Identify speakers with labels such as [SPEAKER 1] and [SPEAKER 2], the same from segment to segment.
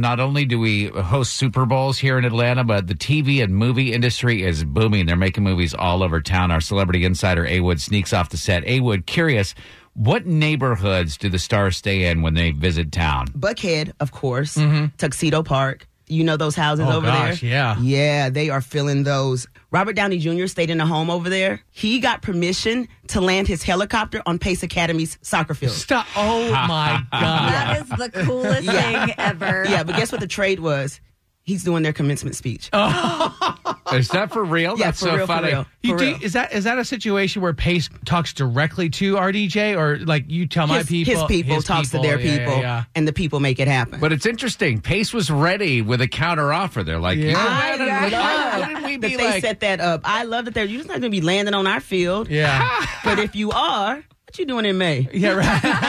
[SPEAKER 1] Not only do we host Super Bowls here in Atlanta, but the TV and movie industry is booming. They're making movies all over town. Our celebrity insider, A Wood, sneaks off the set. A Wood, curious, what neighborhoods do the stars stay in when they visit town?
[SPEAKER 2] Buckhead, of course, Tuxedo Park. You know those houses
[SPEAKER 3] Oh,
[SPEAKER 2] over
[SPEAKER 3] gosh,
[SPEAKER 2] there?
[SPEAKER 3] yeah.
[SPEAKER 2] Mm-hmm. Yeah, they are filling those. Robert Downey Jr. stayed in a home over there. He got permission to land his helicopter on Pace Academy's soccer field.
[SPEAKER 3] Stop. Oh my God.
[SPEAKER 4] That is the coolest thing ever.
[SPEAKER 2] Yeah, but guess what the trade was? He's doing their commencement speech.
[SPEAKER 1] Is that for real?
[SPEAKER 2] yeah,
[SPEAKER 1] That's
[SPEAKER 2] for
[SPEAKER 1] so
[SPEAKER 2] real,
[SPEAKER 1] funny.
[SPEAKER 2] for real.
[SPEAKER 3] You
[SPEAKER 2] for
[SPEAKER 3] do,
[SPEAKER 2] real.
[SPEAKER 3] is that is that a situation where Pace talks directly to RDJ or like you tell my
[SPEAKER 2] his,
[SPEAKER 3] people?
[SPEAKER 2] his people
[SPEAKER 3] his
[SPEAKER 2] talks to their
[SPEAKER 3] Yeah, yeah,
[SPEAKER 2] people,
[SPEAKER 3] yeah.
[SPEAKER 2] and the people make it happen.
[SPEAKER 1] But it's interesting. Pace was ready with a counter offer. They're like, you know,
[SPEAKER 2] I
[SPEAKER 1] why didn't- why
[SPEAKER 2] love
[SPEAKER 1] wouldn't we
[SPEAKER 2] that
[SPEAKER 1] be
[SPEAKER 2] they
[SPEAKER 1] like,
[SPEAKER 2] set that up. I love that they're you're just not going to be landing on our field.
[SPEAKER 3] Yeah.
[SPEAKER 2] But if you are, what you doing in May?
[SPEAKER 3] Yeah, right.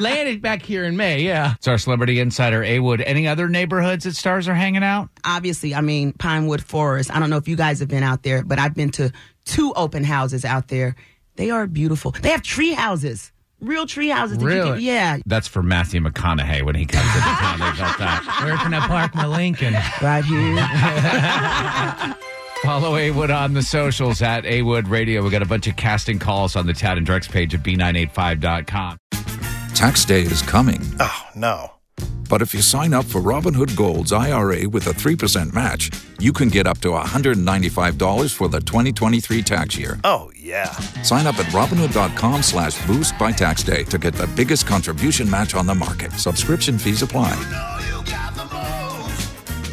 [SPEAKER 3] Landed back here in May, yeah.
[SPEAKER 1] it's our celebrity insider, A Wood. Any other neighborhoods that stars are hanging out?
[SPEAKER 2] Obviously, I mean Pinewood Forest. I don't know if you guys have been out there, but I've been to two open houses out there. They are beautiful. They have tree houses, real tree houses. that you can-
[SPEAKER 3] Really?
[SPEAKER 2] yeah.
[SPEAKER 1] That's for Matthew McConaughey when he comes into town. They got that.
[SPEAKER 3] Where can I park my Lincoln?
[SPEAKER 2] Right here.
[SPEAKER 1] Follow A Wood on the socials at A Wood Radio. We got a bunch of casting calls on the Tad and Drex page at B985.com.
[SPEAKER 5] Tax day is coming,
[SPEAKER 6] Oh, no.
[SPEAKER 5] but if you sign up for Robinhood Gold's IRA with a 3% match, you can get up to $195 for the 2023 tax year.
[SPEAKER 6] Oh, yeah.
[SPEAKER 5] Sign up at Robinhood.com slash boost by tax day to get the biggest contribution match on the market. Subscription fees apply.